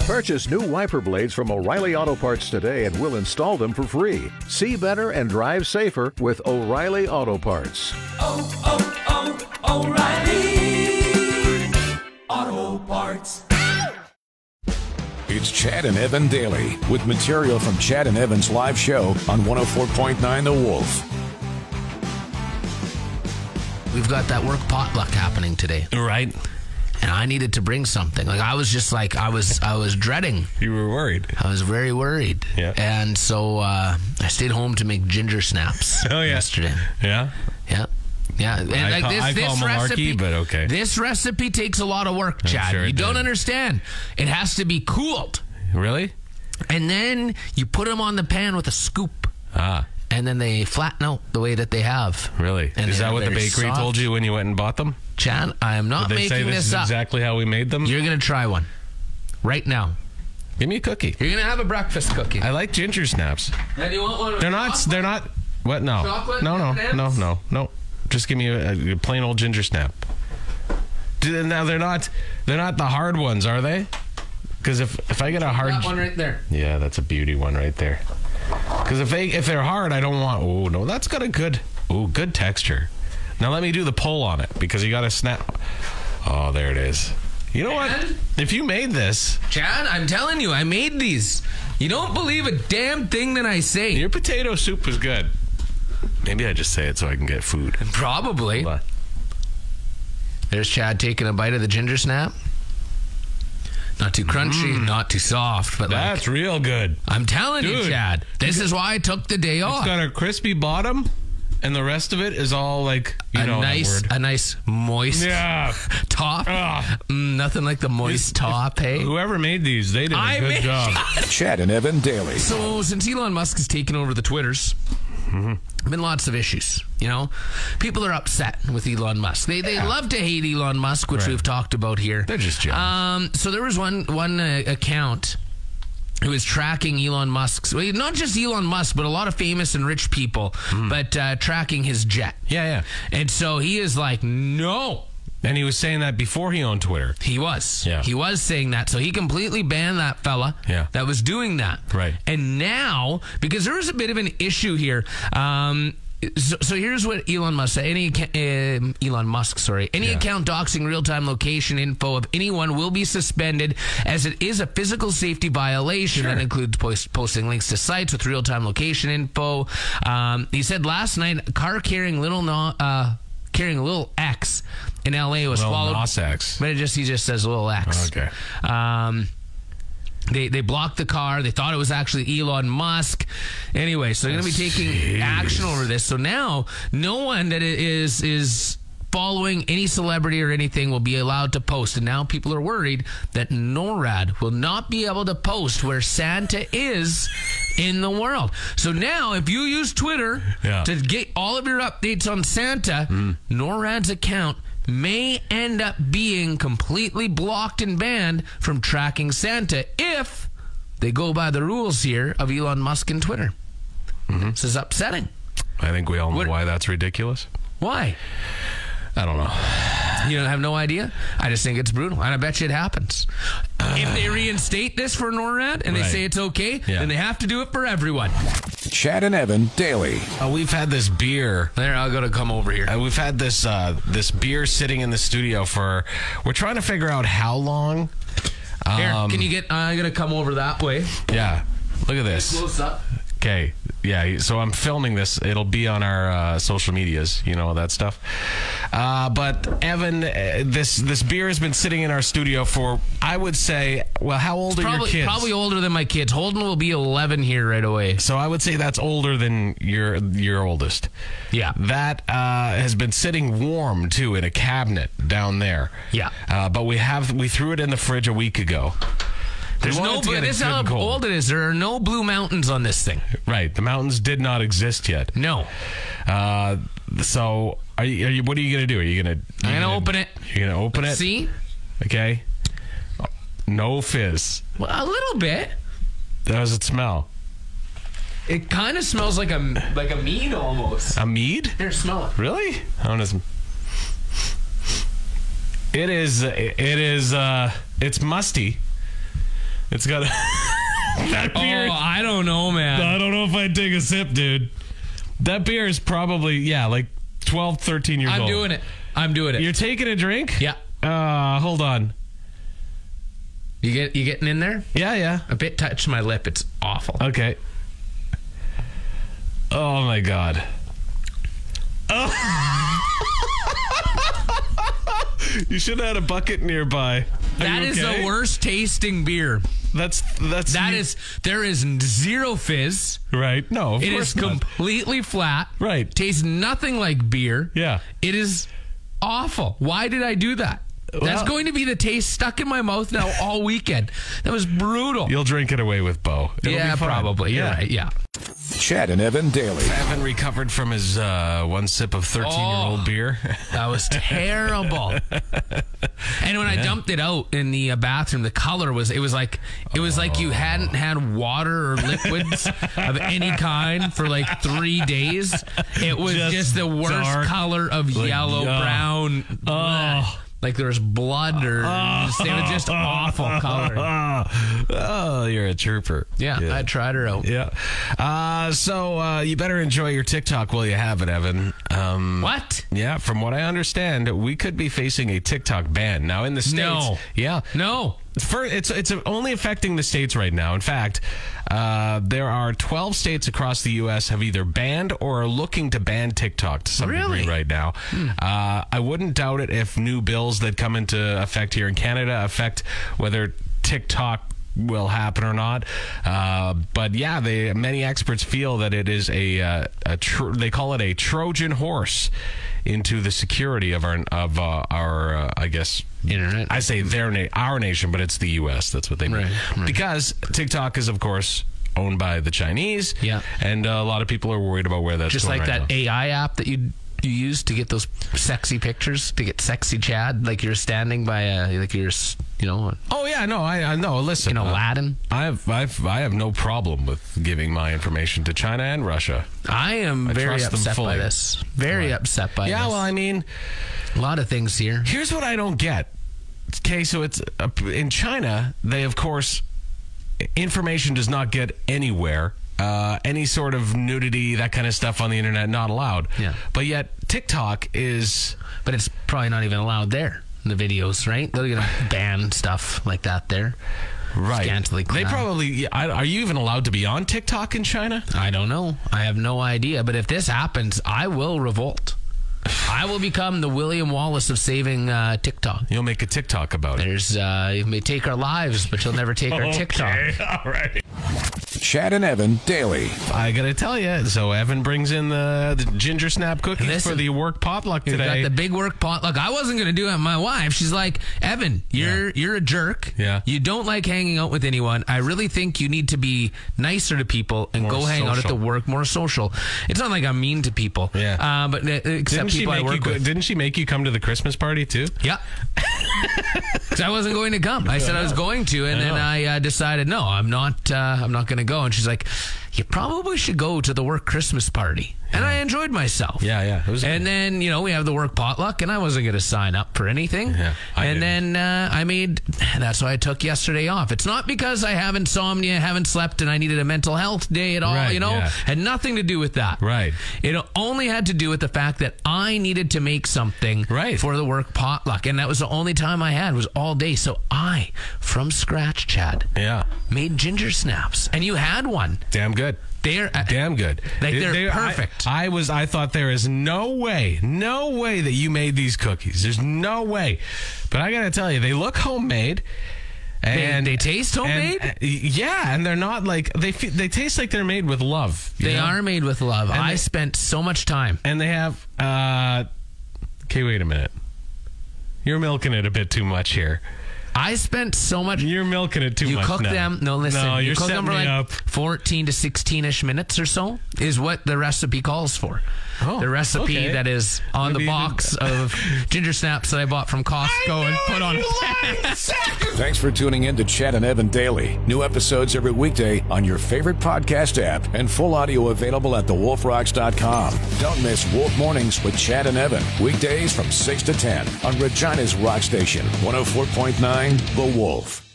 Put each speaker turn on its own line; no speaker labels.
Purchase new wiper blades from O'Reilly Auto Parts today and we'll install them for free. See better and drive safer with O'Reilly Auto Parts.
oh, oh, oh, O'Reilly. Auto Parts.
It's Chad and Evan Daily with material from Chad and Evan's live show on 104.9 The Wolf.
We've got that work potluck happening today,
Right.
and I needed to bring something. Like I was just like I was I was dreading.
You were worried.
I was very worried.
Yeah.
And so uh, I stayed home to make ginger snaps.
Oh, yeah.
Yesterday.
Yeah.
Yeah. Yeah, and
I
like
call-
this,
I
this
call malarkey,
recipe,
but okay.
This recipe takes a lot of work, Chad.
sure it
you don't
did.
understand. It has to be cooled,
Really?
and then you put them on the pan with a scoop,
Ah,
and then they flatten out the way that they have.
really?
And
is
they
that
are
what the
very
bakery
soft.
told you when you went and bought them?
Chad? I am not
Did they
making
say this,
this,
is
up.
exactly how we made them?
You're gonna try one right now.
Give me a cookie.
You're gonna have a breakfast cookie.
I like ginger snaps.
And you want one?
They're not. They're not. What? No.
Chocolate
no. No.
M&Ms?
No. No. No. Just give me a, a plain old ginger snap. Do- Now they're not. They're not the hard ones, are they? Because if if I get a hard,
That one right there.
yeah, that's a beauty one right there. Because if they if they're hard, I don't want. Oh no, that's got a good. Oh, good texture. Now let me do the pull on it because you got to snap. Oh, there it is. You know what?
And?
If you made this,
Chad, I'm telling you, I made these. You don't believe a damn thing that I say.
your potato soup was good. Maybe I just say it so I can get food.
Probably.
Hold on.
There's Chad taking a bite of the ginger snap. Not too crunchy, not too soft, but like
Mm. That's real good.
I'm telling
Dude.
you, Chad, this is why I took the day
It's
off.
got a crispy bottom, and the rest of it is all like you
a
know
nice,
that word.
a nice moist
Yeah. Ah.
top.
Ugh.
Mm, nothing like the moist top, hey.
Whoever made these, they did a
I
good
made-
job.
Chad and Evan Daily.
So since Elon Musk has taken over the Twitters,
Mm-hmm.
been lots of issues. You know, people are upset with Elon Musk. They they love to hate Elon Musk, which we've talked about here.
They're just jealous.
Um, so there was one one uh, account who was tracking Elon Musk's well, not just Elon Musk, but a lot of famous and rich people, but uh, tracking his jet.
Hmm. Yeah, yeah.
And so he is like, no,
And he was saying that before he owned Twitter.
he was.
Yeah.
He was saying that. So he completely banned that fella
Yeah.
that was doing that.
Right.
And now, because there is a bit of an issue here. Um, so, so here's what Elon Musk said. Any acca- um, Elon Musk, sorry, any account doxing real-time location info of anyone will be suspended, as it is a physical safety violation that includes post- posting links to sites with real-time location info. Um, he said last night, car carrying little no, uh, carrying a little X in L.A. was
Well,
followed.
Nas X.
But it just he just says little X.
Okay.
Um, they they blocked the car. They thought it was actually Elon Musk. Anyway, so they're going to be taking action over this. So now no one that i- is is following any celebrity or anything will be allowed to post. And now people are worried that NORAD will not be able to post where Santa is in the world. So now if you use Twitter
Yeah.
to get all of your updates on Santa, NORAD's account may end up being completely blocked and banned from tracking Santa if they go by the rules here of Elon Musk and Twitter.
Mm-hmm.
This is upsetting.
I think we all know why that's ridiculous.
Why?
I don't know.
You don't have no idea? I just think it's brutal. And I bet you it happens. if they reinstate this for NORAD and they
Right.
say it's okay,
Yeah.
then they have to do it for everyone.
Chad and Evan Daily.
Uh, we've had this beer.
There, I'll go to come over here.
Uh, we've had this uh, this beer sitting in the studio for. We're trying to figure out how long.
Here,
Um,
can you get? I'm gonna come over that way.
Yeah. Look at this.
Close up.
Okay. Yeah. So I'm filming this. It'll be on our uh, social medias, you know, that stuff. Uh, but Evan, uh, this this beer has been sitting in our studio for, I would say, well, how old are
probably,
your kids?
Probably older than my kids. Holden will be 11 here right away.
So I would say that's older than your your oldest.
Yeah.
That uh, has been sitting warm too in a cabinet down there.
Yeah.
Uh, but we have we threw it in the fridge a week ago.
There's
We wanted
no
to
blue.
get it
This is
good
how
and cold.
old it is. There are no blue mountains on this thing.
Right. The mountains did not exist yet.
No.
Uh, so are you, are you? What are you gonna do? Are you gonna?
I'm
you
gonna open it.
You're gonna open it.
See,
Okay. No fizz.
well, a little bit.
How does it smell?
It kind of smells like a like a mead almost.
A mead?
Here, smell it.
Really? How does? It is. It is. uh It's musty. It's got a. that beer.
Oh, I don't know, man.
I don't know if I'd take a sip, dude. That beer is probably, yeah, like 12, 13 years
I'm
old.
doing it. I'm doing it.
You're taking a drink?
yeah.
Uh, hold on.
You get you getting in there?
Yeah, yeah.
A bit touched my lip. It's awful.
Okay. Oh my god. Oh. you should have had a bucket nearby. Are
That
you
is
okay?
the worst tasting beer.
That's that's
That is there is zero fizz.
right. No, of
It
course
is
not.
completely flat.
Right.
Tastes nothing like beer.
Yeah.
It is awful. Why did I do that? That's
Well-
going to be the taste stuck in my mouth now all weekend. That was brutal.
You'll drink it away with Bo. It'll
yeah,
be fine.
probably. You're right. Yeah.
Chad and Evan daily.
Evan recovered from his uh, one sip of 13 year
Oh.
old beer.
That was terrible. and when I dumped it out in the uh, bathroom, the color was it was like it was like
Oh.
you hadn't had water or liquids of any kind for like three days. It was just,
Just
the worst
dark,
color of yellow
yeah. Oh.
brown. bleh. Like there was blood or just- they were just awful color.
oh, oh, you're a trooper.
Yeah, I tried her out.
Yeah. Uh, so uh, you better enjoy your TikTok while you have it, Evan. Um,
What?
Yeah, from what I understand, we could be facing a TikTok ban now in the states.
No.
Yeah.
No.
For, it's it's only affecting the states right now. In fact, uh, there are 12 states across the U.S. have either banned or are looking to ban TikTok to some
Really?
degree right now. Uh, I wouldn't doubt it if new bills that come into effect here in Canada affect whether TikTok will happen or not. Uh, but yeah, they many experts feel that it is a, uh, a tro- they call it a Trojan horse into the security of our of uh, our uh, I guess
Internet.
I say their na- our nation, but it's the U.S. That's what they mean.
Right, right.
Because TikTok is, of course, owned by the Chinese.
Yeah.
and uh, a lot of people are worried about where that's
just
going
like
right
that
now.
AI app that you you use to get those sexy pictures to get sexy Chad, like you're standing by a like you're s- you know
Oh yeah, no, I, I no. Listen,
in
uh,
Aladdin.
I have I've, I have no problem with giving my information to China and Russia.
I am
I
very
trust them
upset by
fully.
this. Very upset by
yeah,
this.
well, I mean,
a lot of things here.
here's what I don't get. Okay, so it's uh, in China. They, of course, information does not get anywhere. Uh, any sort of nudity, that kind of stuff on the internet, not allowed.
Yeah.
But yet, TikTok is.
But it's probably not even allowed there. in The videos, right? They're gonna ban stuff like that there.
Right.
Scantily
They
clad.
probably. yeah, I, are you even allowed to be on TikTok in China?
I don't know. I have no idea. But if this happens, I will revolt. I will become the William Wallace of saving uh, TikTok.
You'll make a TikTok about it.
There's uh, you may take our lives, but you'll never take our TikTok.
all right.
Chad and Evan daily.
I gotta tell you. So Evan brings in the, the ginger snap cookies
Listen,
for the work potluck
We
today.
Got the big work potluck. I wasn't gonna do it. My wife, she's like, Evan, you're you're a jerk.
Yeah.
You don't like hanging out with anyone. I really think you need to be nicer to people and go hang out at the
social.
work, more social. It's not like I'm mean to people.
Yeah.
Uh, but uh, except
didn't she
people I
make you?
work
Go,
with.
didn't she make you come to the Christmas party too?
yeah. Because I wasn't going to come. I said I was going to, and then
know.
I uh, decided no, I'm not. Uh, I'm not going to go. And she's like, "You probably should go to the work Christmas party." And I enjoyed myself.
Yeah, yeah. It was
and
good.
then you know we have the work potluck, and I wasn't going to sign up for anything.
Yeah, I
and
didn't.
then uh, I made that's why I took yesterday off. It's not because I have insomnia, haven't slept, and I needed a mental health day at all.
Right,
you know,
yeah.
had nothing to do with that.
Right.
It only had to do with the fact that I needed to make something
Right.
for the work potluck, and that was the only time I had was all day. So I, from scratch, Chad,
Yeah.
made ginger snaps, and you had one.
Damn good.
There,
Damn good.
Like,
They-
they're
they- I-
perfect.
I, was I thought there is no way, no way that you made these cookies. There's no way. But I gotta tell you, they look homemade. And
they taste
and- uh,
homemade?
yeah, and they're not like they fe- they taste like they're made with love. you
They
know?
are made with love. I
they-
spent so much time.
and they have uh okay wait a minute you're milking it a bit too much here
I spent so much.
you're milking it too
You
much
cook
now.
them. No, listen.
no,
you
you're
cook
setting
them for
me
like
up
14 to 16 ish minutes or so is what the recipe calls for.
Oh,
the recipe
okay.
that is on
Maybe
the
you
box of ginger snaps that I bought from Costco and put on.
Thanks for tuning in to Chad and Evan Daily. New episodes every weekday on your favorite podcast app and full audio available at thewolfrocks.com. Don't miss Wolf Mornings with Chad and Evan. oh Weekdays from 6 to 10 on Regina's Rock Station, 104.9 The Wolf.